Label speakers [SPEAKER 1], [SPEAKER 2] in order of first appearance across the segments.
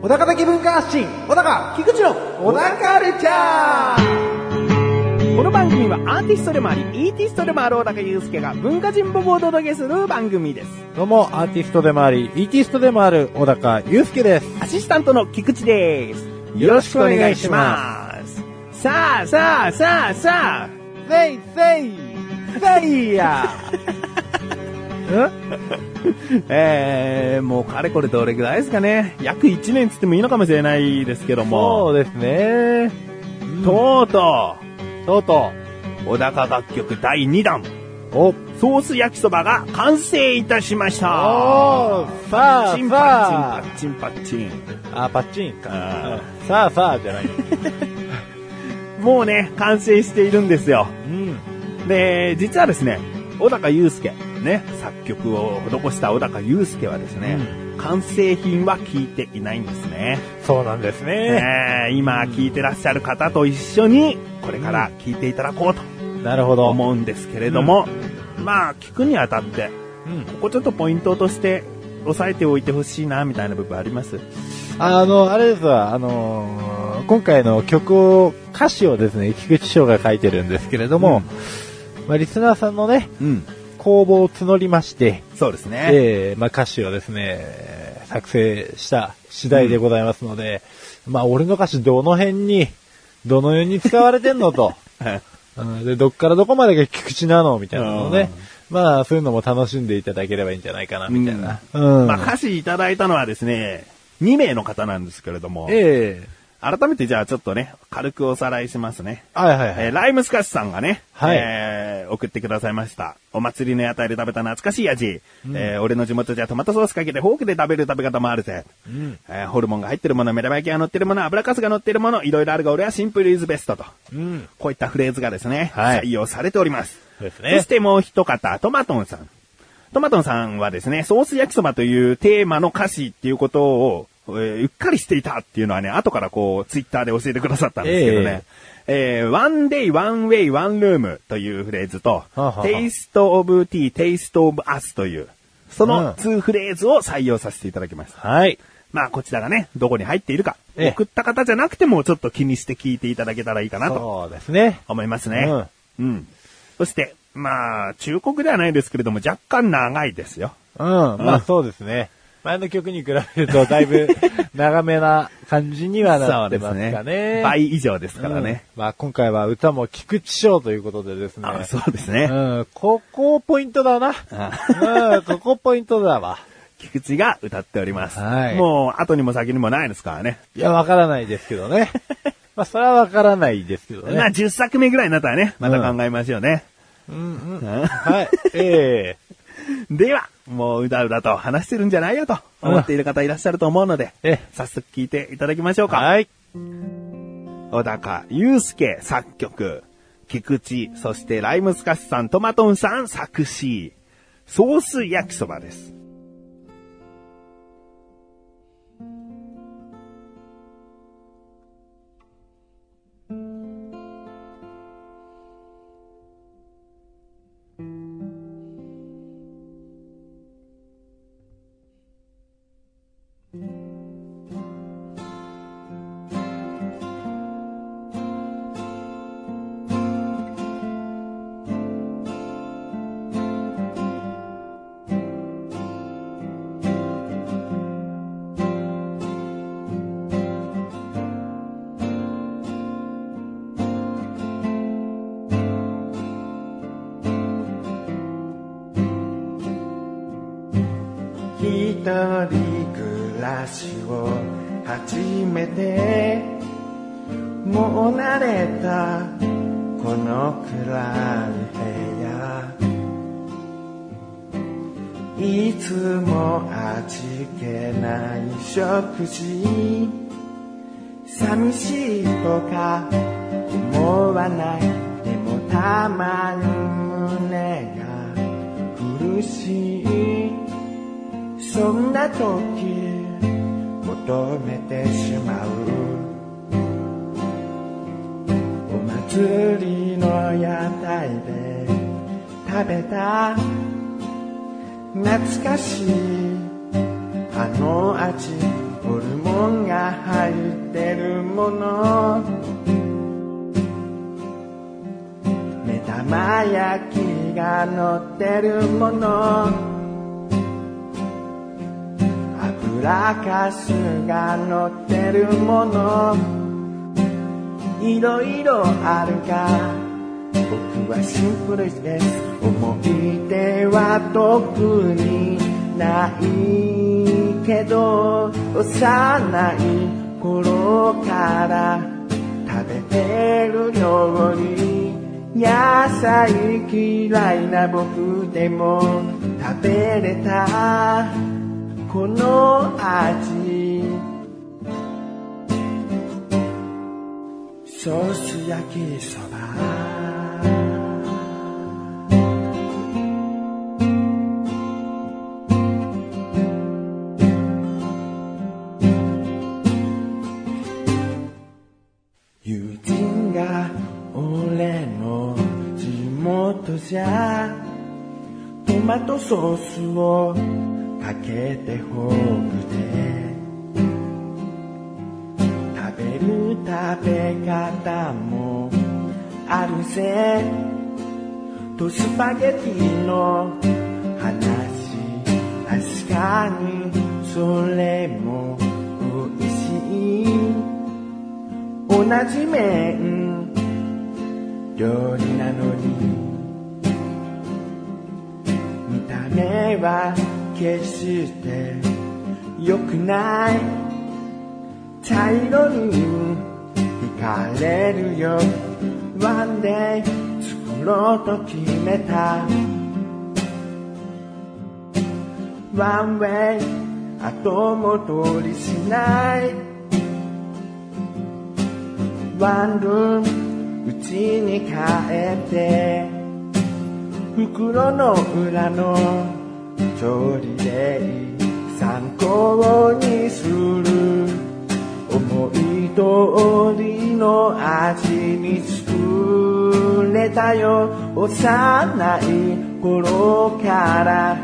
[SPEAKER 1] 小高的文化発信小高菊池の小高ルチャーこの番組はアーティストでもありイーティストでもある小高祐介が文化人僕をお届けする番組です
[SPEAKER 2] どうも、アーティストでもあり、イーティストでもある、小高祐介です。
[SPEAKER 1] アシスタントの菊池です
[SPEAKER 2] よろしくお願いします
[SPEAKER 1] さあさあさあさあ
[SPEAKER 2] せいせいせいや
[SPEAKER 1] えー、もうかれこれどれぐらいですかね約1年つってもいいのかもしれないですけども
[SPEAKER 2] そうですね。
[SPEAKER 1] とうと
[SPEAKER 2] とうと
[SPEAKER 1] う小高楽曲第2弾
[SPEAKER 2] う。お、
[SPEAKER 1] ソース焼きそばが完成いたしました
[SPEAKER 2] おーさあ
[SPEAKER 1] チン
[SPEAKER 2] さ
[SPEAKER 1] パ
[SPEAKER 2] あ
[SPEAKER 1] ッチンパッチンパッチン
[SPEAKER 2] あ、パッチンか。
[SPEAKER 1] あ
[SPEAKER 2] さあさあじゃない。
[SPEAKER 1] もうね、完成しているんですよ。
[SPEAKER 2] うん。
[SPEAKER 1] で、実はですね、小高祐介、ね、作曲を施した小高祐介はですね、完成品は聞いていないんですね。
[SPEAKER 2] そうなんですね。
[SPEAKER 1] えー今聞いてらっしゃる方と一緒に、これから聞いていただこうと
[SPEAKER 2] なるほど。
[SPEAKER 1] 思うんですけれども、まあ、聞くにあたって、
[SPEAKER 2] うん
[SPEAKER 1] ここちょっとポイントとして、押さえておいてほしいな、みたいな部分あります
[SPEAKER 2] あの、あれですわ、あのー今回の曲を、歌詞をですね、菊池翔が書いてるんですけれども、まあ、リスナーさんのね、
[SPEAKER 1] うん。
[SPEAKER 2] 公募を募りまして、
[SPEAKER 1] そうですね。
[SPEAKER 2] えーまあ、歌詞をですね、作成した次第でございますので、まあ、俺の歌詞どの辺に、どのように使われてんの と、うんで、どっからどこまでが菊池なのみたいなのをね、まあ、そういうのも楽しんでいただければいいんじゃないかな、みたいな。う ん。
[SPEAKER 1] まあ、歌詞いただいたのはですね、2名の方なんですけれども、
[SPEAKER 2] ええ
[SPEAKER 1] 改めてじゃあちょっとね、軽くおさらいしますね。
[SPEAKER 2] はいはいはい。
[SPEAKER 1] えーライムスカシさんがね、
[SPEAKER 2] はい
[SPEAKER 1] えー送ってくださいました。お祭りの屋台で食べた懐かしい味。えー俺の地元じゃトマトソースかけてフォークで食べる食べ方もあるぜ。えーホルモンが入ってるもの、目玉焼きが乗ってるもの、油かすが乗ってるもの、いろいろあるが俺はシンプルイズベストと。
[SPEAKER 2] うん。
[SPEAKER 1] こういったフレーズがですね、
[SPEAKER 2] はい
[SPEAKER 1] 採用されております。
[SPEAKER 2] そうですね
[SPEAKER 1] そしてもう一方、トマトンさん。トマトンさんはですね、ソース焼きそばというテーマの歌詞っていうことを、えーうっかりしていたっていうのはね、後からこう、ツイッターで教えてくださったんですけどね。えー、one day, one way, one room というフレーズと、
[SPEAKER 2] あはあ
[SPEAKER 1] taste of tea, taste of us という、その2フレーズを採用させていただきました。
[SPEAKER 2] はい。
[SPEAKER 1] まあ、こちらがね、どこに入っているか、
[SPEAKER 2] ええ
[SPEAKER 1] 送った方じゃなくても、ちょっと気にして聞いていただけたらいいかなと
[SPEAKER 2] そうですね。
[SPEAKER 1] 思いますね。うん。そして、まあ、忠告ではないですけれども、若干長いですよ。
[SPEAKER 2] うん。まあそうですね。前の曲に比べるとだいぶ長めな感じにはなってますかね。
[SPEAKER 1] 倍以上ですからね。
[SPEAKER 2] うんまあ今回は歌も菊池賞ということでですね。
[SPEAKER 1] あそうですね。
[SPEAKER 2] うん。ここポイントだな。うん。ここポイントだわ。
[SPEAKER 1] 菊池が歌っております。
[SPEAKER 2] はい
[SPEAKER 1] もう、後にも先にもないですからね。
[SPEAKER 2] いや、わからないですけど ね。まあそれはわからないですけど
[SPEAKER 1] まあ、
[SPEAKER 2] ね。
[SPEAKER 1] 10作目ぐらいになったらね、また考えましょうね。
[SPEAKER 2] うんうん。
[SPEAKER 1] うん
[SPEAKER 2] はい。ええ
[SPEAKER 1] では、もううだうだと話してるんじゃないよと思っている方いらっしゃると思うので、
[SPEAKER 2] ええ
[SPEAKER 1] 早速聞いていただきましょうか。
[SPEAKER 2] はい。
[SPEAKER 1] 小高祐介作曲、菊池、そしてライムスカシさん、トマトンさん作詞、ソース焼きそばです。
[SPEAKER 3] 一人暮らしを始めてもう慣れたこの暗い部屋いつも味気ない食事寂しいとか思わないでもたまに胸が苦しいそんな時求めてしまうお祭りの屋台で食べた懐かしいあの味ホルモンが入ってるもの目玉焼きが乗ってるもの油かすが乗ってるものいろいろあるが僕はシンプルです思い出は特にないけど幼い頃から食べてる料理野菜嫌いな僕でも食べれたこの味ソース焼きそば友人が俺の地元じゃトマトソースをかけてフォークで食べる食べ方もあるぜとスパゲティの話確かにそれも美味しい同じ麺料理なのに見た目は決して良くない茶色に惹かれるよワンデイ作ろうと決めたワンウェイ後戻りしないワンルームうちに帰って袋の裏の調理で参考にする思い通りの味に作れたよ幼い頃から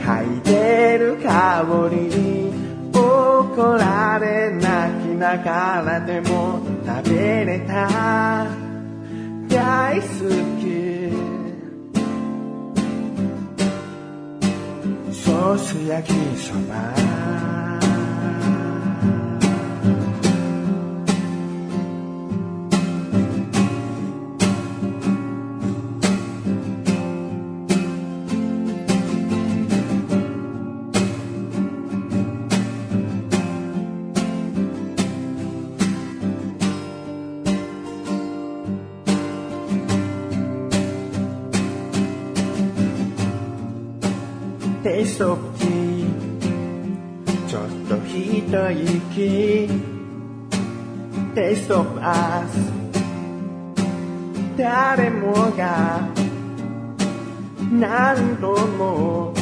[SPEAKER 3] 嗅いでる香りに怒られ泣きながらでも食べれた大好きソース焼きそばテイストオブティーちょっと一息テイストオブアース誰もが何度も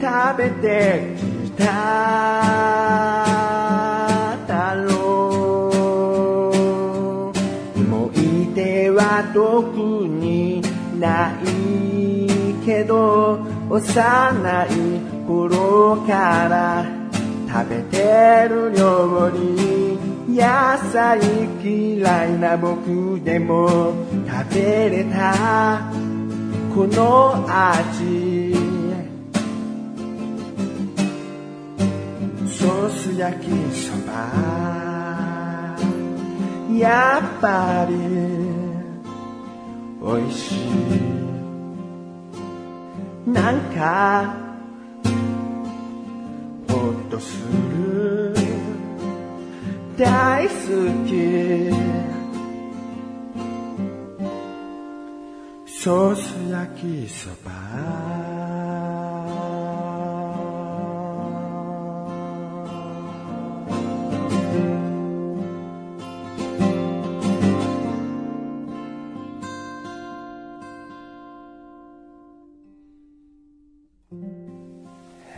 [SPEAKER 3] 食べてきただろう思い出は特にないけど幼い頃から食べてる料理野菜嫌いな僕でも食べれたこの味ソース焼きそばやっぱり美味しいなんかほっとする大好きソース焼きそば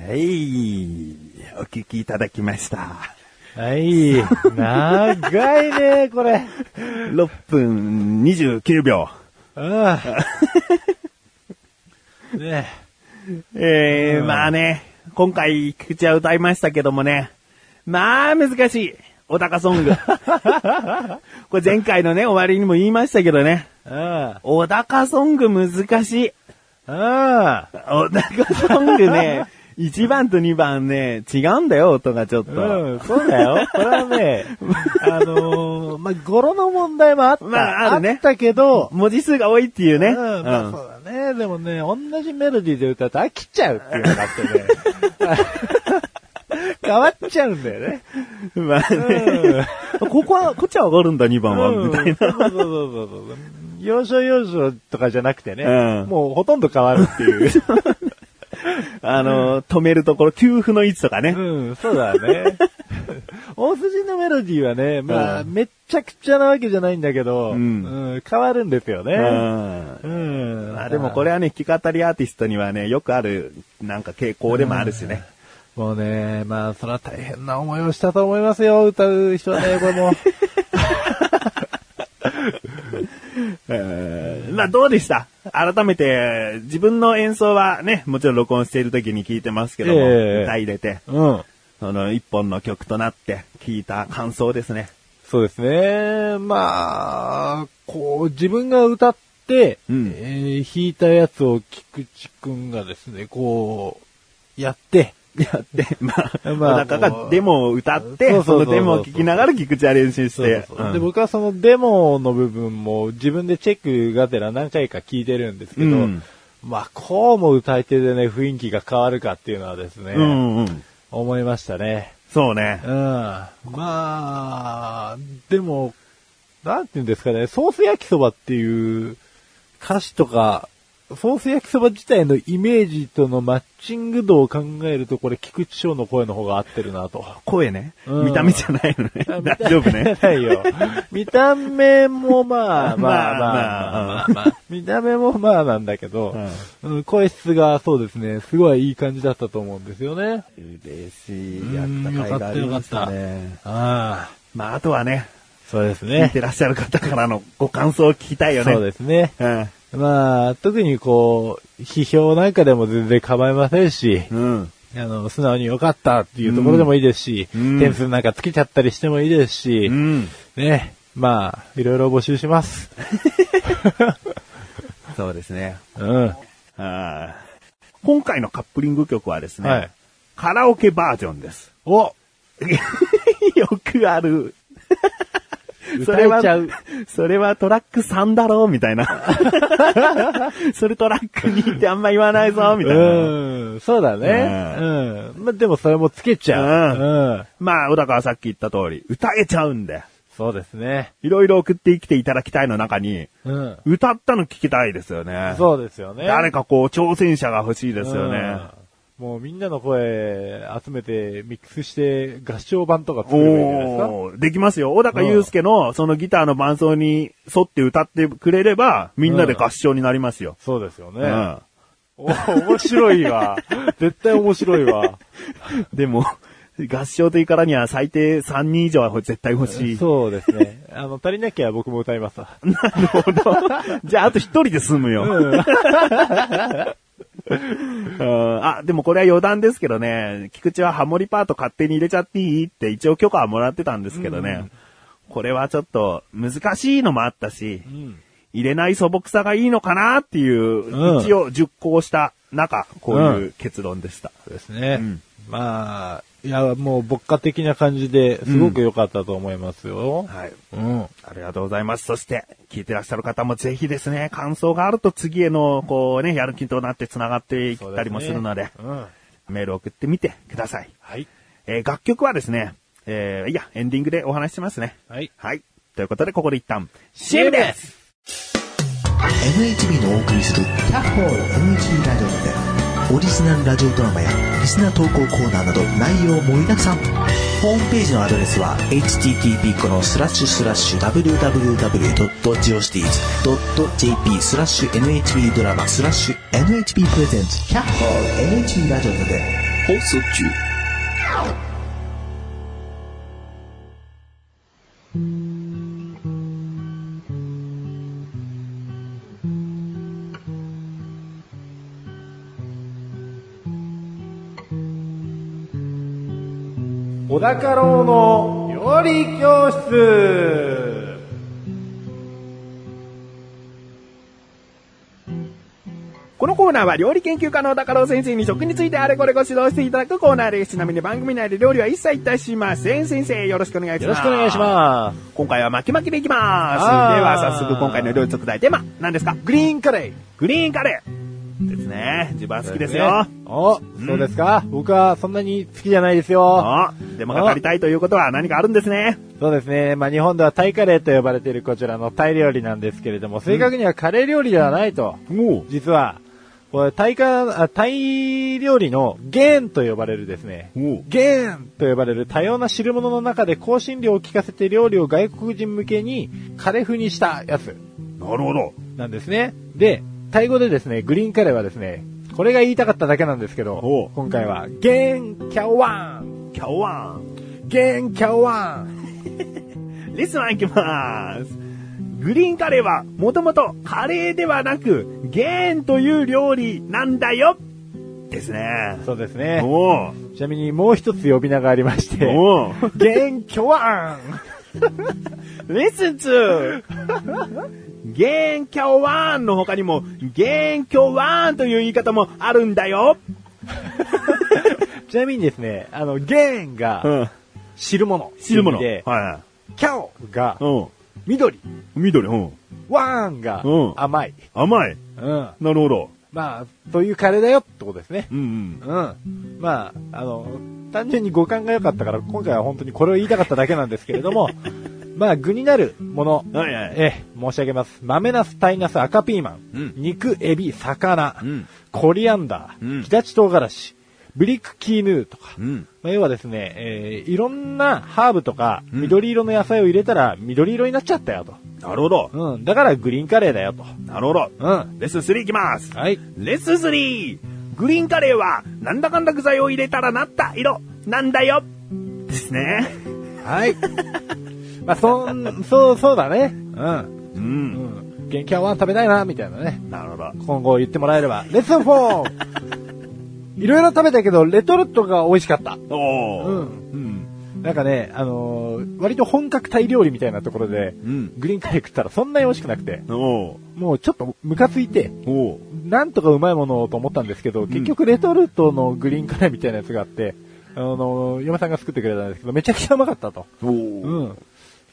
[SPEAKER 1] はい。お聞きいただきました。
[SPEAKER 2] はい。長いね、これ。
[SPEAKER 1] 6分29秒。
[SPEAKER 2] うん。ね
[SPEAKER 1] えー、まあね、今回、菊池は歌いましたけどもね、まあ難しい。お高ソ ング。これ前回のね、終わりにも言いましたけどね、
[SPEAKER 2] え。うん。
[SPEAKER 1] お高ソング難しい。
[SPEAKER 2] う ん。
[SPEAKER 1] お高ソングね、1番と2番ね、違うんだよ、音がちょっと。
[SPEAKER 2] うん、そうだよ。これはね、あのー、まあ、語呂の問題もあった。
[SPEAKER 1] まああるね
[SPEAKER 2] ったけど、
[SPEAKER 1] 文字数が多いっていうね。
[SPEAKER 2] うん、まあそうだね。でもね、同じメロディーで歌うと飽きちゃうっていうのがあって ね。変わっちゃうんだよね。
[SPEAKER 1] うんまあね、ここは、こっちは上がるんだ、2番は、みたいな。
[SPEAKER 2] そうそうそうそうそう。要所要所とかじゃなくてね、
[SPEAKER 1] うん
[SPEAKER 2] もうほとんど変わるっていう。
[SPEAKER 1] あの、止めるところ、給付の位置とかね。
[SPEAKER 2] うん、そうだね。大筋のメロディーはね、まあ、めっちゃくちゃなわけじゃないんだけど、
[SPEAKER 1] うん
[SPEAKER 2] うん変わるんですよね。
[SPEAKER 1] うん
[SPEAKER 2] うん。
[SPEAKER 1] まあでもこれはね、弾き語りアーティストにはね、よくある、なんか傾向でもあるしね。
[SPEAKER 2] もうね、まあ、それは大変な思いをしたと思いますよ、歌う人はね、これ も。
[SPEAKER 1] えーまあどうでした改めて、自分の演奏はね、もちろん録音している時に聞いてますけども、
[SPEAKER 2] ええ
[SPEAKER 1] 歌入れて、
[SPEAKER 2] うん。
[SPEAKER 1] その一本の曲となって聞いた感想です ね。
[SPEAKER 2] そうですね。まあ、こう、自分が歌って、
[SPEAKER 1] うん
[SPEAKER 2] えー弾いたやつを菊池くんがですね、こう、やって、
[SPEAKER 1] やって、まあ、
[SPEAKER 2] まあ
[SPEAKER 1] まあ、がデモを歌って、
[SPEAKER 2] そう
[SPEAKER 1] そ
[SPEAKER 2] そうそ
[SPEAKER 1] の
[SPEAKER 2] うそう
[SPEAKER 1] デモを聞きながら菊池は練習し
[SPEAKER 2] そう
[SPEAKER 1] て。
[SPEAKER 2] そううそうで、
[SPEAKER 1] ん
[SPEAKER 2] 僕はそのデモの部分も自分でチェックがてら何回か聞いてるんですけど、
[SPEAKER 1] うん
[SPEAKER 2] まあ、こうも歌い手でね、雰囲気が変わるかっていうのはですね、
[SPEAKER 1] うんうん。
[SPEAKER 2] 思いましたね。
[SPEAKER 1] そうね
[SPEAKER 2] うん。。まあ、でも、なんていうんですかね、ソース焼きそばっていう歌詞とか、ソース焼きそば自体のイメージとのマッチング度を考えると、これ、菊池翔の声の方が合ってるなと。
[SPEAKER 1] 声ね。
[SPEAKER 2] うん
[SPEAKER 1] 見た目じゃ ないのね。
[SPEAKER 2] あ
[SPEAKER 1] 大丈夫ね。
[SPEAKER 2] 見た目じゃないよ。見た目もま あまあ
[SPEAKER 1] ま
[SPEAKER 2] ま
[SPEAKER 1] あ
[SPEAKER 2] あまあまあ。見た目もまあなんだけど、うん声質がそうですね、すごいいい感じだったと思うんですよね。
[SPEAKER 1] 嬉しい。やった甲斐がありましたね。
[SPEAKER 2] ああ、
[SPEAKER 1] まあ、あとはね、
[SPEAKER 2] そうです
[SPEAKER 1] 聞い
[SPEAKER 2] ね。
[SPEAKER 1] てらっしゃる方からのご感想を聞きたいよね。
[SPEAKER 2] そうですね。
[SPEAKER 1] うん
[SPEAKER 2] まあ、特にこう、批評なんかでも全然構いませんし、
[SPEAKER 1] うん。
[SPEAKER 2] あの、素直に良かったっていうところでもいいですし、
[SPEAKER 1] うん
[SPEAKER 2] 点数なんかつけちゃったりしてもいいですし、
[SPEAKER 1] うん。
[SPEAKER 2] ね、まあ、いろいろ募集します。
[SPEAKER 1] そうですね。
[SPEAKER 2] うん。
[SPEAKER 1] あー今回のカップリング曲はですね、
[SPEAKER 2] はい
[SPEAKER 1] カラオケバージョンです。
[SPEAKER 2] お
[SPEAKER 1] よくあ る。それ
[SPEAKER 2] 歌
[SPEAKER 1] は
[SPEAKER 2] えちゃう。
[SPEAKER 1] それはトラック3だろうみたい な。それトラック2ってあんま言わないぞみたいな。
[SPEAKER 2] うん、そうだね。うん。まあ、でもそれもつけちゃう。
[SPEAKER 1] うん
[SPEAKER 2] うん。
[SPEAKER 1] まあ、小高はさっき言った通り、歌えちゃうんで、
[SPEAKER 2] そうですね。
[SPEAKER 1] いろいろ送ってきていただきたいの中に、
[SPEAKER 2] うん。
[SPEAKER 1] 歌ったの聞きたいですよね。
[SPEAKER 2] そうですよね。
[SPEAKER 1] 誰かこう、挑戦者が欲しいで
[SPEAKER 2] です
[SPEAKER 1] よね。。
[SPEAKER 2] もうみんなの声集めてミックスして合唱版とか作ればいいんじゃないですか
[SPEAKER 1] おーできますよ。小高祐介のそのギターの伴奏に沿って歌ってくれれば、みんなで合唱になりますよ。
[SPEAKER 2] そうですよね。
[SPEAKER 1] うん。
[SPEAKER 2] お面白いわ。 絶対面白いわ。
[SPEAKER 1] でも、合唱というからには最低3人以上は絶対欲しい。
[SPEAKER 2] そうですね。あの、足りなきゃ僕も歌いますわ。
[SPEAKER 1] なるほ ど。じゃあ、あと一人で済むよ。 うんあ、でもこれは余談ですけどね、菊池はハモリパート勝手に入れちゃっていいって一応許可はもらってたんですけどね、これはちょっと難しいのもあったし、
[SPEAKER 2] うん。
[SPEAKER 1] 入れない素朴さがいいのかなっていう、
[SPEAKER 2] うん
[SPEAKER 1] 一応熟考した中、こういう結論でした。
[SPEAKER 2] そうですね。
[SPEAKER 1] うん
[SPEAKER 2] まあ、いや、もう牧歌的な感じですごく良かったと思いますよ。
[SPEAKER 1] はい。
[SPEAKER 2] うん。
[SPEAKER 1] ありがとうございます。そして、聞いてらっしゃる方もぜひですね、感想があると次への、こうね、やる気となって繋がっていったりもするので、
[SPEAKER 2] うん。
[SPEAKER 1] メール送ってみてください。
[SPEAKER 2] はい。
[SPEAKER 1] えー楽曲はですね、えーいや、エンディングでお話ししますね。
[SPEAKER 2] はい。
[SPEAKER 1] はい。ということで、ここで一旦、CM です
[SPEAKER 4] NHB のお送りする「キャッホール NHB ラジオ」でオリジナルラジオドラマやリスナー投稿コーナーなど内容盛りだくさんホームページのアドレスは http このスラッシュスラッシュ www.geocities.jp スラッシュ NHB ドラマスラッシュ NHB プレゼンツキャッホール NHB ラジオで
[SPEAKER 2] 小高郎の料理教室
[SPEAKER 1] このコーナーは料理研究家の高郎先生に食についてあれこれご指導していただくコーナーです。ちなみに番組内で料理は一切いたしません。先生、よろしくお願いし
[SPEAKER 2] よ
[SPEAKER 1] ます。
[SPEAKER 2] ろしくお願いします。
[SPEAKER 1] す。今回は巻き巻きでいきます。で
[SPEAKER 2] あー
[SPEAKER 1] は早速今回の料理特大テーマ、何ですか
[SPEAKER 2] グリーンカレ
[SPEAKER 1] グリーンカレーですね。自分は
[SPEAKER 2] ー。
[SPEAKER 1] 好きですよ。
[SPEAKER 2] ね。お、そうですか僕はそんなに好きじゃないですよ。
[SPEAKER 1] あでも語りたいということは何かあるんですね。
[SPEAKER 2] そうですね。まあ日本ではタイカレーと呼ばれているこちらのタイ料理なんですけれども、正確にはカレー料理ではないと。
[SPEAKER 1] お
[SPEAKER 2] 実は、これタイカ、あタイ料理のゲーンと呼ばれるですね。
[SPEAKER 1] お
[SPEAKER 2] ゲーンと呼ばれる多様な汁物の中で香辛料を効かせて料理を外国人向けにカレー風にしたやつ
[SPEAKER 1] なるほど。
[SPEAKER 2] なんですね。で、タイ語でですね、グリーンカレーはですね、これが言いたかっただけなんですけ
[SPEAKER 1] お
[SPEAKER 2] ど
[SPEAKER 1] う、
[SPEAKER 2] 今回は、ゲーンキャオワン
[SPEAKER 1] 今日は、
[SPEAKER 2] ゲーンキャオワン
[SPEAKER 1] レッスン行きます。グリーンカレーは、もともとカレーではなく、ゲーンという料理なんだよですね。
[SPEAKER 2] そうですね。
[SPEAKER 1] おう
[SPEAKER 2] ちなみにもう一つ呼び名がありまして、
[SPEAKER 1] おう
[SPEAKER 2] ゲーンキャ オワン
[SPEAKER 1] レッスン 2! ゲーンキャオワーンの他にも、ゲーンキョワーンという言い方もあるんだよ。
[SPEAKER 2] ちなみにですね、あの、ゲーンが
[SPEAKER 1] ん。
[SPEAKER 2] 汁物。
[SPEAKER 1] 汁物。
[SPEAKER 2] で、
[SPEAKER 1] は
[SPEAKER 2] キャオが
[SPEAKER 1] い。うん。
[SPEAKER 2] 緑、
[SPEAKER 1] 緑、うん。
[SPEAKER 2] ワーンが
[SPEAKER 1] うん
[SPEAKER 2] 甘い。
[SPEAKER 1] 甘い。
[SPEAKER 2] うん。
[SPEAKER 1] なるほど。
[SPEAKER 2] まあ、そういうカレーだよってことですね。
[SPEAKER 1] うんうん。
[SPEAKER 2] うん。まあ、あの、単純に語感が良かったから、今回は本当にこれを言いたかっただけなんですけれ ども、まあ、具になるもの、
[SPEAKER 1] はいはい。
[SPEAKER 2] ええ、申し上げます。豆ナス、タイナス、赤ピーマ
[SPEAKER 1] う
[SPEAKER 2] ン、
[SPEAKER 1] ん
[SPEAKER 2] 肉、エビ、魚、
[SPEAKER 1] うん
[SPEAKER 2] コリアンダー、
[SPEAKER 1] うん
[SPEAKER 2] 日立唐辛子、ブリックキーヌーとか、
[SPEAKER 1] うん。
[SPEAKER 2] まあ、要はですね、ええいろんなハーブとか、
[SPEAKER 1] うん
[SPEAKER 2] 緑色の野菜を入れたら緑色になっちゃったよと。
[SPEAKER 1] なるほど。
[SPEAKER 2] うん。だからグリーンカレーだよと。
[SPEAKER 1] なるほど。
[SPEAKER 2] うん。
[SPEAKER 1] レッスン3いきます。
[SPEAKER 2] はい。
[SPEAKER 1] レッスン 3! グリーンカレーは、なんだかんだ具材を入れたらなった色、なんだよですね。
[SPEAKER 2] はい。 まあ、そん、そう、そうだね。うん。
[SPEAKER 1] う。
[SPEAKER 2] うんん。元気はワン食べたいな、みたいなね。
[SPEAKER 1] なるほど。
[SPEAKER 2] 今後言ってもらえれば。レッスン 4! いろいろ食べたけど、レトルトが美味しかった。
[SPEAKER 1] おー。
[SPEAKER 2] うん
[SPEAKER 1] うん。
[SPEAKER 2] なんかね、あのー割と本格タイ料理みたいなところで、
[SPEAKER 1] うん。
[SPEAKER 2] グリーンカレー食ったらそんなに美味しくなくて、
[SPEAKER 1] おー。
[SPEAKER 2] もうちょっとムカついて、
[SPEAKER 1] おー。
[SPEAKER 2] なんとかうまいものをと思ったんですけど、結局レトルトのグリーンカレーみたいなやつがあって、あのー嫁さんが作ってくれたんですけど、めちゃくちゃうまかったと。
[SPEAKER 1] おー
[SPEAKER 2] うん。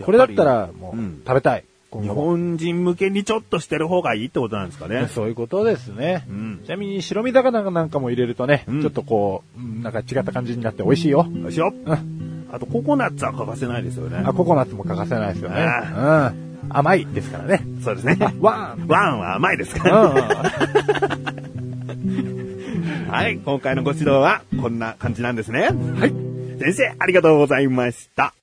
[SPEAKER 2] これだったら、もう
[SPEAKER 1] うん、
[SPEAKER 2] 食べたい。今
[SPEAKER 1] 日
[SPEAKER 2] 後
[SPEAKER 1] 本人向けにちょっとしてる方がいいってことなんですかね。
[SPEAKER 2] そういうことですね。
[SPEAKER 1] うん
[SPEAKER 2] ちなみに白身魚なんかも入れるとね、
[SPEAKER 1] うん
[SPEAKER 2] ちょっとこう、うんなんか違った感じになって美味しいよ。
[SPEAKER 1] よいしょ。あと、ココナッツは欠かせないですよね
[SPEAKER 2] あ、。ココナッツも欠かせないですよね。うん。甘いですからね。
[SPEAKER 1] そうですね。
[SPEAKER 2] ワン
[SPEAKER 1] ワンは甘いですか
[SPEAKER 2] う
[SPEAKER 1] ら、
[SPEAKER 2] ん
[SPEAKER 1] ね。はい、今回のご指導はこんな感じなんですね。はい。先生、ありがとうございました。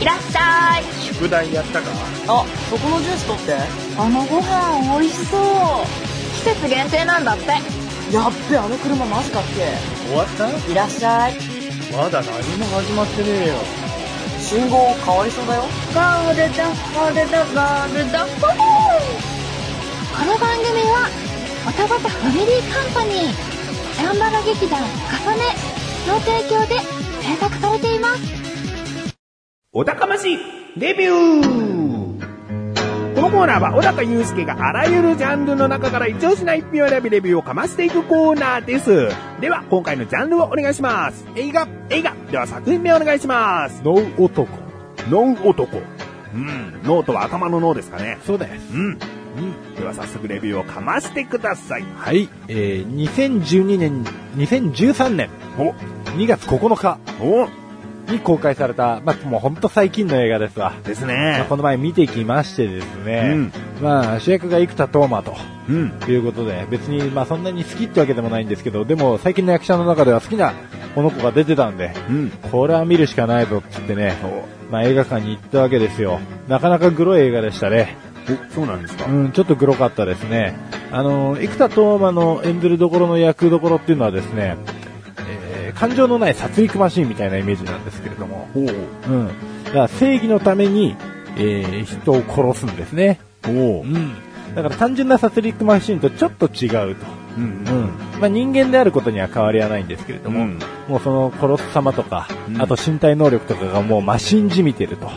[SPEAKER 5] いらっしゃい
[SPEAKER 1] 宿題やったか
[SPEAKER 6] あ、そこのジュース取って。
[SPEAKER 5] あのご飯美味しそう季節限定なんだって
[SPEAKER 6] やっべ、あの車マジかっけ。
[SPEAKER 2] 終わった
[SPEAKER 6] いらっしゃい。
[SPEAKER 2] まだ何も始まってねえよ。
[SPEAKER 6] 信号変わりそうだよ。
[SPEAKER 5] ゴールドゴールドゴールドホーこの番組はオタバタファミリーカンパニーチャンバラ劇団重ねの提供で制作されています
[SPEAKER 1] お高ましレビューこのコーナーは小高祐介があらゆるジャンルの中から一押しな一品を選びレビューをかましていくコーナーです。では、今回のジャンルをお願いします。映画映画では作品名をお願いします。
[SPEAKER 2] ノウ男。
[SPEAKER 1] ノウ男。うん、ノートは頭の脳ですかね。
[SPEAKER 2] そうです。
[SPEAKER 1] うん。では早速レビューをかましてください。
[SPEAKER 2] はい。えー、2012年、2013年
[SPEAKER 1] お、
[SPEAKER 2] 2月9日
[SPEAKER 1] お、
[SPEAKER 2] に公開された、まあ、もうほんと最近の映画ですわ。
[SPEAKER 1] です
[SPEAKER 2] まあ
[SPEAKER 1] ね。
[SPEAKER 2] この前見てきましてですね、まあ主役が生田斗真と
[SPEAKER 1] うん。
[SPEAKER 2] いうことで、別にまあそんなに好きってわけでもないんですけど、でも最近の役者の中では好きなこの子が出てたんで、
[SPEAKER 1] うん。
[SPEAKER 2] これは見るしかないぞって言ってね、
[SPEAKER 1] お、
[SPEAKER 2] まあ映画館に行ったわけですよ。なかなかグロい映画でしたね。
[SPEAKER 1] そうなんですか
[SPEAKER 2] うん、ちょっとグロかったですね。あの、生田斗真の演ずるどころの役どころっていうのはですね、えー感情のない殺戮マシーンみたいなイメージなんですけれども、
[SPEAKER 1] お
[SPEAKER 2] うん。だから正義のために、えー人を殺すんですね。
[SPEAKER 1] お
[SPEAKER 2] うん。だから単純な殺戮マシンとちょっと違うと。
[SPEAKER 1] うん
[SPEAKER 2] うん。まあ、人間であることには変わりはないんですけれども、
[SPEAKER 1] うん
[SPEAKER 2] もうその殺す様とか、
[SPEAKER 1] うん
[SPEAKER 2] あと身体能力とかがもうマシンじみてると。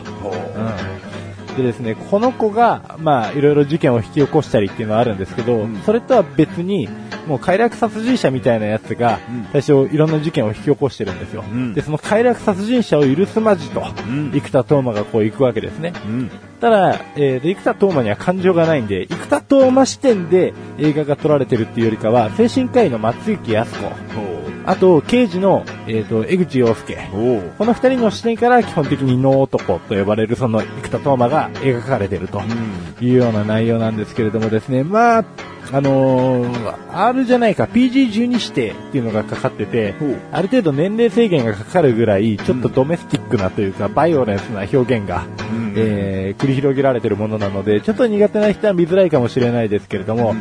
[SPEAKER 2] でですね、この子が、まあ、いろいろ事件を引き起こしたりっていうのはあるんですけど、
[SPEAKER 1] ん
[SPEAKER 2] それとは別に、もう快楽殺人者みたいなやつが、
[SPEAKER 1] うん
[SPEAKER 2] 最初いろんな事件を引き起こしてるんですよ。
[SPEAKER 1] うん
[SPEAKER 2] で、その快楽殺人者を許すまじと、
[SPEAKER 1] ん
[SPEAKER 2] 生田斗真がこう行くわけですね。
[SPEAKER 1] うん。
[SPEAKER 2] ただ、えーと、生田斗真には感情がないんで、生田斗真視点で映画が撮られてるっていうよりかは、精神科医の松雪康子、あと、刑事の、えーと、江口洋介、
[SPEAKER 1] おお
[SPEAKER 2] この二人の視点から基本的に能男と呼ばれるその生田斗真が描かれてるというような内容なんですけれどもですね、まあ、あのー、R じゃないか、PG12 指定っていうのがかかってて
[SPEAKER 1] ほう、
[SPEAKER 2] ある程度年齢制限がかかるぐらい、ちょっとドメスティックなというか、バイオレンスな表現が、
[SPEAKER 1] うん
[SPEAKER 2] えー繰り広げられてるものなので、ちょっと苦手な人は見づらいかもしれないですけれども、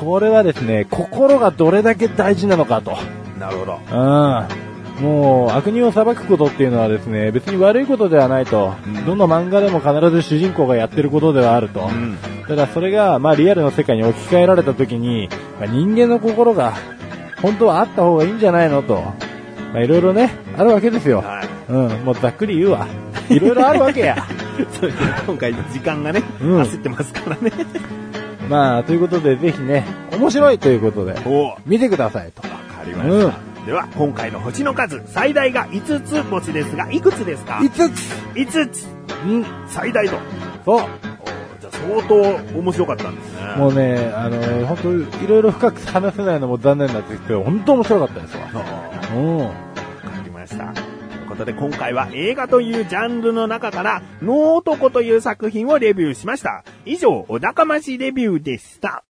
[SPEAKER 2] これはですね、心がどれだけ大事なのかと。
[SPEAKER 1] なるほど。
[SPEAKER 2] うん。もう、悪人を裁くことっていうのはですね、別に悪いことではないと。
[SPEAKER 1] うん
[SPEAKER 2] どの漫画でも必ず主人公がやってることではあると。
[SPEAKER 1] ん
[SPEAKER 2] ただそれが、まあリアルの世界に置き換えられた時に、まあ、人間の心が、本当はあった方がいいんじゃないのと。まあいろいろね、あるわけですよ。
[SPEAKER 1] はい。
[SPEAKER 2] うん、もうざっくり言うわ。いろいろあるわけや。
[SPEAKER 1] そう今回時間がね、
[SPEAKER 2] うん
[SPEAKER 1] 焦ってますからね。
[SPEAKER 2] まあ、ということでぜひね、面白いということで、
[SPEAKER 1] おわ
[SPEAKER 2] 見てくださいと。
[SPEAKER 1] かりました。では、今回の星の数、最大が5つ星ですが、いくつですか
[SPEAKER 2] 5つ
[SPEAKER 1] 5つ
[SPEAKER 2] うん、
[SPEAKER 1] 最大と。
[SPEAKER 2] そ
[SPEAKER 1] お
[SPEAKER 2] う。
[SPEAKER 1] ーじゃあ相当面白かったんですね。
[SPEAKER 2] もうね、あの、本当いろいろ深く話せないのも残念なんですけど、本当面白かったですわ。
[SPEAKER 1] あ
[SPEAKER 2] うん。
[SPEAKER 1] ーわかりました。ということで今回は映画というジャンルの中から、ノートコという作品をレビューしました。以上、お高ましレビューでした。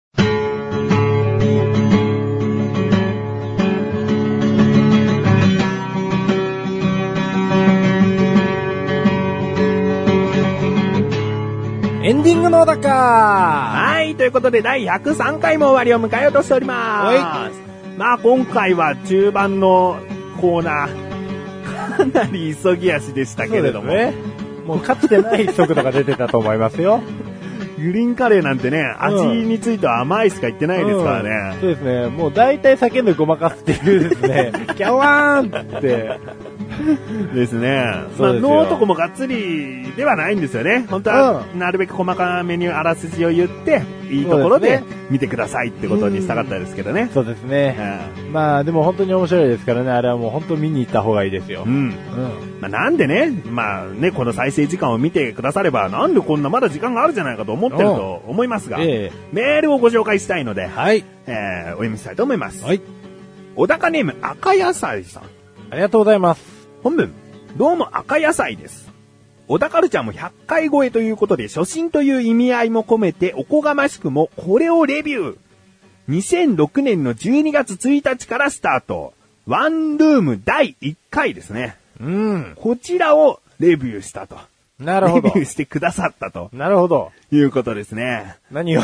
[SPEAKER 2] エンディングのだか
[SPEAKER 1] はい、ということで第103回も終わりを迎えようとしております。まあ今回は中盤のコーナー、かなり急ぎ足でしたけれども、
[SPEAKER 2] ね。もうかつてない速度が出てたと思いますよ。
[SPEAKER 1] グリーンカレーなんてね、味については甘いしか言ってないですからね。
[SPEAKER 2] うんそうですね。もう大体叫んでごまかすっていうです ね、キャワーンって。
[SPEAKER 1] ですね。ま
[SPEAKER 2] そう
[SPEAKER 1] あ、
[SPEAKER 2] ですよ
[SPEAKER 1] 脳とこもがっつりではないんですよね。本当は、
[SPEAKER 2] う
[SPEAKER 1] なるべく細かめにあらすじを言って、いいところで
[SPEAKER 2] そう
[SPEAKER 1] 見てくださいってことにしたかったですけどね。
[SPEAKER 2] そうですね。まあでも本当に面白いですからね、あれはもう本当見に行った方がいいですよ
[SPEAKER 1] う。ん。
[SPEAKER 2] うん。
[SPEAKER 1] まあ、なんでね、まあね、この再生時間を見てくだされば、なんでこんなまだ時間があるじゃないかと思ってると思いますが、
[SPEAKER 2] ええ
[SPEAKER 1] メールをご紹介したいので、
[SPEAKER 2] はい。
[SPEAKER 1] えーお読みしたいと思います。
[SPEAKER 2] はい。
[SPEAKER 1] 小高ネーム赤野菜さん。
[SPEAKER 2] ありがとうございます。
[SPEAKER 1] 本文、どうも赤野菜です。小田カルチャーも100回超えということで、初心という意味合いも込めて、おこがましくもこれをレビュー。2006年の12月1日からスタート。ワンルーム第1回ですね。
[SPEAKER 2] うん。
[SPEAKER 1] こちらをレビューしたと。
[SPEAKER 2] なる
[SPEAKER 1] レ
[SPEAKER 2] ほ
[SPEAKER 1] ビ
[SPEAKER 2] ど
[SPEAKER 1] ュ。ーしてくださったと
[SPEAKER 2] なるほど。
[SPEAKER 1] いうことです ね。
[SPEAKER 2] 何を、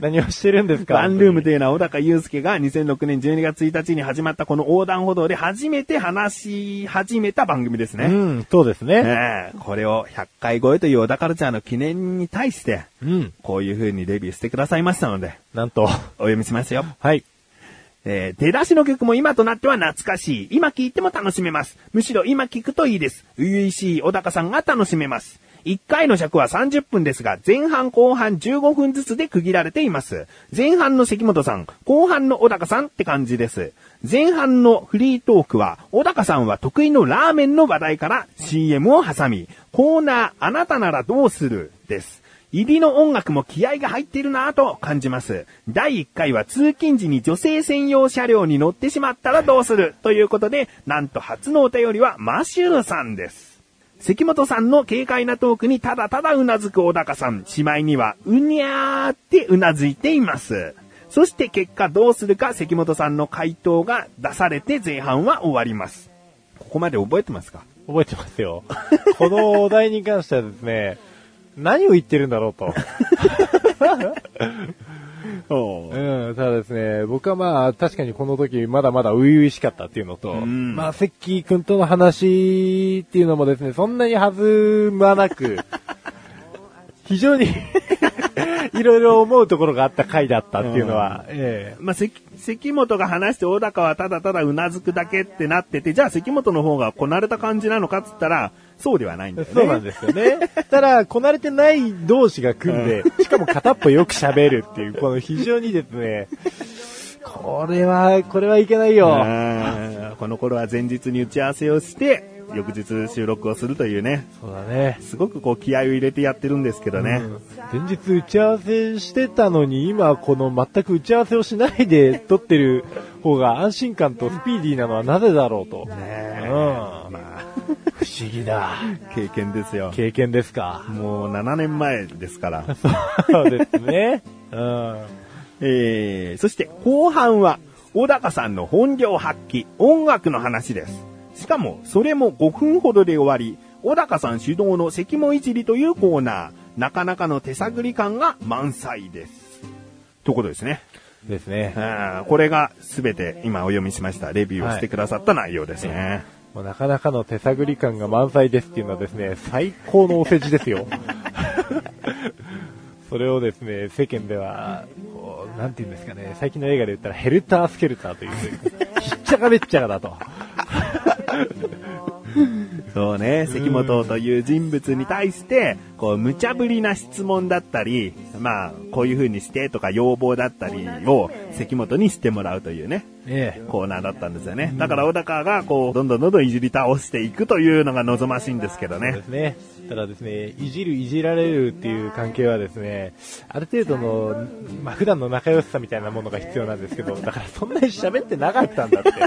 [SPEAKER 2] 何をしてるんですか
[SPEAKER 1] ワンルームというのは小高祐介が2006年12月1日に始まったこの横断歩道で初めて話し始めた番組ですね。
[SPEAKER 2] うん、そうですね。
[SPEAKER 1] ええこれを100回超えという小田カルチャーの記念に対して、
[SPEAKER 2] うん。
[SPEAKER 1] こういう風にレビューしてくださいましたので、
[SPEAKER 2] なんと。
[SPEAKER 1] お読みしますよ。
[SPEAKER 2] はい。
[SPEAKER 1] えー出だしの曲も今となっては懐かしい。今聴いても楽しめます。むしろ今聴くといいです。初々しい小高さんが楽しめます。1回の尺は30分ですが、前半後半15分ずつで区切られています。前半の関本さん、後半の小高さんって感じです。前半のフリートークは、小高さんは得意のラーメンの話題から CM を挟み、コーナー、あなたならどうするです。入りの音楽も気合が入っているなぁと感じます。第1回は通勤時に女性専用車両に乗ってしまったらどうするということで、なんと初のお便りはマシューさんです。関本さんの軽快なトークにただただうなずく小高さん、しまいにはうにゃーってうなずいています。そして結果どうするか関本さんの回答が出されて前半は終わります。ここまで覚えてますか
[SPEAKER 2] 覚えてますよ。 このお題に関してはですね、何を言ってるんだろう と。うん、ただですね、僕はまあ、確かにこの時、まだまだ初々しかったっていうのと、
[SPEAKER 1] ん
[SPEAKER 2] まあ、セッキー君との 話っていうのもですね、そんなに弾まなく、非常に、 いろいろ思うところがあった回だったっていうのは、ええ
[SPEAKER 1] まあ、関、関本が話して小高はただただうなずくだけってなってて、じゃあ関本の方がこなれた感じなのかっつったら、そうではないんだよね。
[SPEAKER 2] そうなんですよね。ただ、こなれてない同士が組んで、しかも片っぽよく喋るっていう、この非常にですね、これは、これはいけないよ。
[SPEAKER 1] うんこの頃は前日に打ち合わせをして、翌日収録をするというね、
[SPEAKER 2] そうだね。
[SPEAKER 1] すごくこう気合を入れてやってるんですけどね。
[SPEAKER 2] 前日打ち合わせしてたのに、今この全く打ち合わせをしないで撮ってる方が安心感とスピーディーなのはなぜだろうと。
[SPEAKER 1] え
[SPEAKER 2] うん。
[SPEAKER 1] まあ、
[SPEAKER 2] 不思議だ。
[SPEAKER 1] 経験ですよ。
[SPEAKER 2] 経験ですか。
[SPEAKER 1] もう7年前ですから。
[SPEAKER 2] そうです ね。うん。
[SPEAKER 1] えー、そして後半は、小高さんの本領発揮、音楽の話です。しかも、それも5分ほどで終わり、小高さん主導の関門いじりというコーナー、なかなかの手探り感が満載です。ということですね。
[SPEAKER 2] ですね。
[SPEAKER 1] あーこれが全て今お読みしましたレビューをしてくださった内容ですね。
[SPEAKER 2] もうなかなかの手探り感が満載ですっていうのはですね、最高のお世辞ですよ。それをですね、世間では、こう、なんて言うんですかね、最近の映画で言ったらヘルタースケルターという、ひっちゃかめっちゃかだと。
[SPEAKER 1] そうね、関本という人物に対して、こう、無茶ぶりな質問だったり、まあ、こういう風にしてとか要望だったりを関本にしてもらうというね、
[SPEAKER 2] え
[SPEAKER 1] コーナーだったんですよね。だから小高が、こう、どんどんどんどんいじり倒していくというのが望ましいんですけど
[SPEAKER 2] え。で
[SPEAKER 1] ね。
[SPEAKER 2] すね。ただですね、いじるいじられるっていう関係はですね、ある程度の、まあ、普段の仲良しさみたいなものが必要なんです けど、だからそんなに喋ってなかったんだって。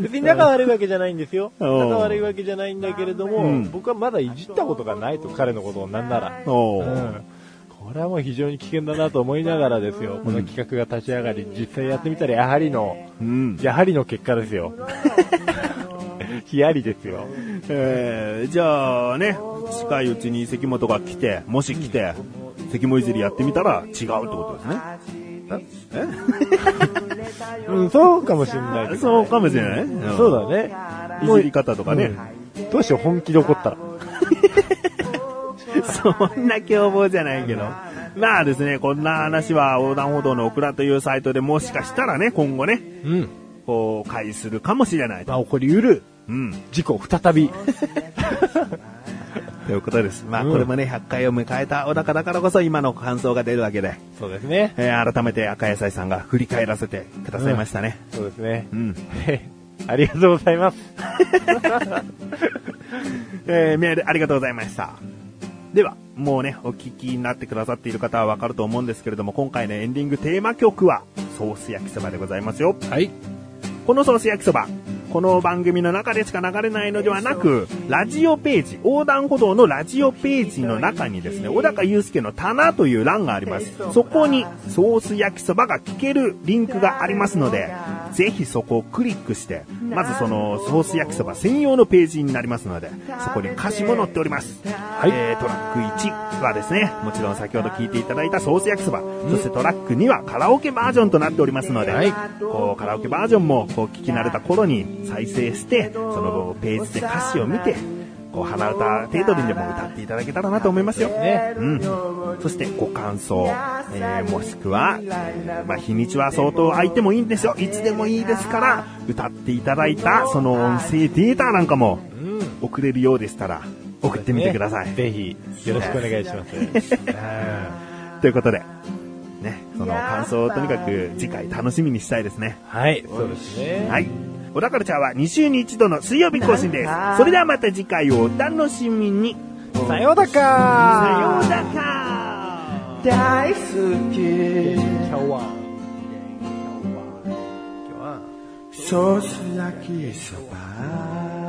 [SPEAKER 2] 別に仲悪いわけじゃないんですよ。
[SPEAKER 1] う
[SPEAKER 2] 仲
[SPEAKER 1] ん
[SPEAKER 2] 悪いわけじゃないんだけれども、
[SPEAKER 1] うん
[SPEAKER 2] 僕はまだいじったことがないと、彼のことをなんなら。
[SPEAKER 1] お
[SPEAKER 2] う
[SPEAKER 1] ー
[SPEAKER 2] んこれはもう非常に危険だなと思いながらですよ、この企画が立ち上がり、実際やってみたらやはりの、
[SPEAKER 1] うん。
[SPEAKER 2] やはりの結果ですよ。ヒヤリですよ。
[SPEAKER 1] えーじゃあね、近いうちに関本が来て、もし来て、関本いじりやってみたら違うってことですね。
[SPEAKER 2] うん、そうかもしれないけど。
[SPEAKER 1] そうかもしれない、ん
[SPEAKER 2] そうだね。
[SPEAKER 1] いじり方とかね。
[SPEAKER 2] どうしよう、本気で怒ったら。
[SPEAKER 1] そんな凶暴じゃないけど。まあですね、こんな話は横断歩道のオクラというサイトでもしかしたらね、今後ね、
[SPEAKER 2] うん。
[SPEAKER 1] こう、開するかもしれないと。
[SPEAKER 2] まあ、起こりうる。
[SPEAKER 1] うん。
[SPEAKER 2] 事故再び。
[SPEAKER 1] ということです。まあ、
[SPEAKER 2] うん
[SPEAKER 1] これもね、100回を迎えた小高だからこそ今の感想が出るわけで、
[SPEAKER 2] そうですね。
[SPEAKER 1] えー改めて赤野菜さんが振り返らせてくださいましたね。
[SPEAKER 2] そうですね。
[SPEAKER 1] うん。
[SPEAKER 2] ありがとうございます。
[SPEAKER 1] えーメールありがとうございました。では、もうね、お聞きになってくださっている方はわかると思うんですけれども、今回のエンディングテーマ曲は、ソース焼きそばでございますよ。
[SPEAKER 2] はい。
[SPEAKER 1] このソース焼きそば、この番組の中でしか流れないのではなく、ラジオページ、横断歩道のラジオページの中にですね、小高祐介の棚という欄があります。そこにソース焼きそばが聞けるリンクがありますので、ぜひそこをクリックして、まずそのソース焼きそば専用のページになりますので、そこに歌詞も載っております。
[SPEAKER 2] い
[SPEAKER 1] えートラック1はですね、もちろん先ほど聞いていただいたソース焼きそば、そしてトラック2はカラオケバージョンとなっておりますので、
[SPEAKER 2] はい
[SPEAKER 1] こうカラオケバージョンもこう聞き慣れた頃に再生して、そのページで歌詞を見て、こう鼻歌程度にでも歌っていただけたらなと思いますよ。
[SPEAKER 2] ね。
[SPEAKER 1] うん。そしてご感想、えーもしくは、えーまあ、日にちは相当空いてもいいんですよ。いつでもいいですから、歌っていただいたその音声データなんかも
[SPEAKER 2] うん。
[SPEAKER 1] 送れるようでしたら、送ってみてください。
[SPEAKER 2] ぜひ、よろしくお願いします。うん
[SPEAKER 1] ということで、ね、その感想をとにかく次回楽しみにしたいですね。
[SPEAKER 2] はい、そうですね。
[SPEAKER 1] はい。小田カルチャーは2週に1度の水曜日更新です。それではまた次回をお楽しみに。
[SPEAKER 2] さようだ
[SPEAKER 1] さ
[SPEAKER 2] か
[SPEAKER 1] ようだか
[SPEAKER 3] 大好き
[SPEAKER 2] 今日は。
[SPEAKER 3] ソース焼きそば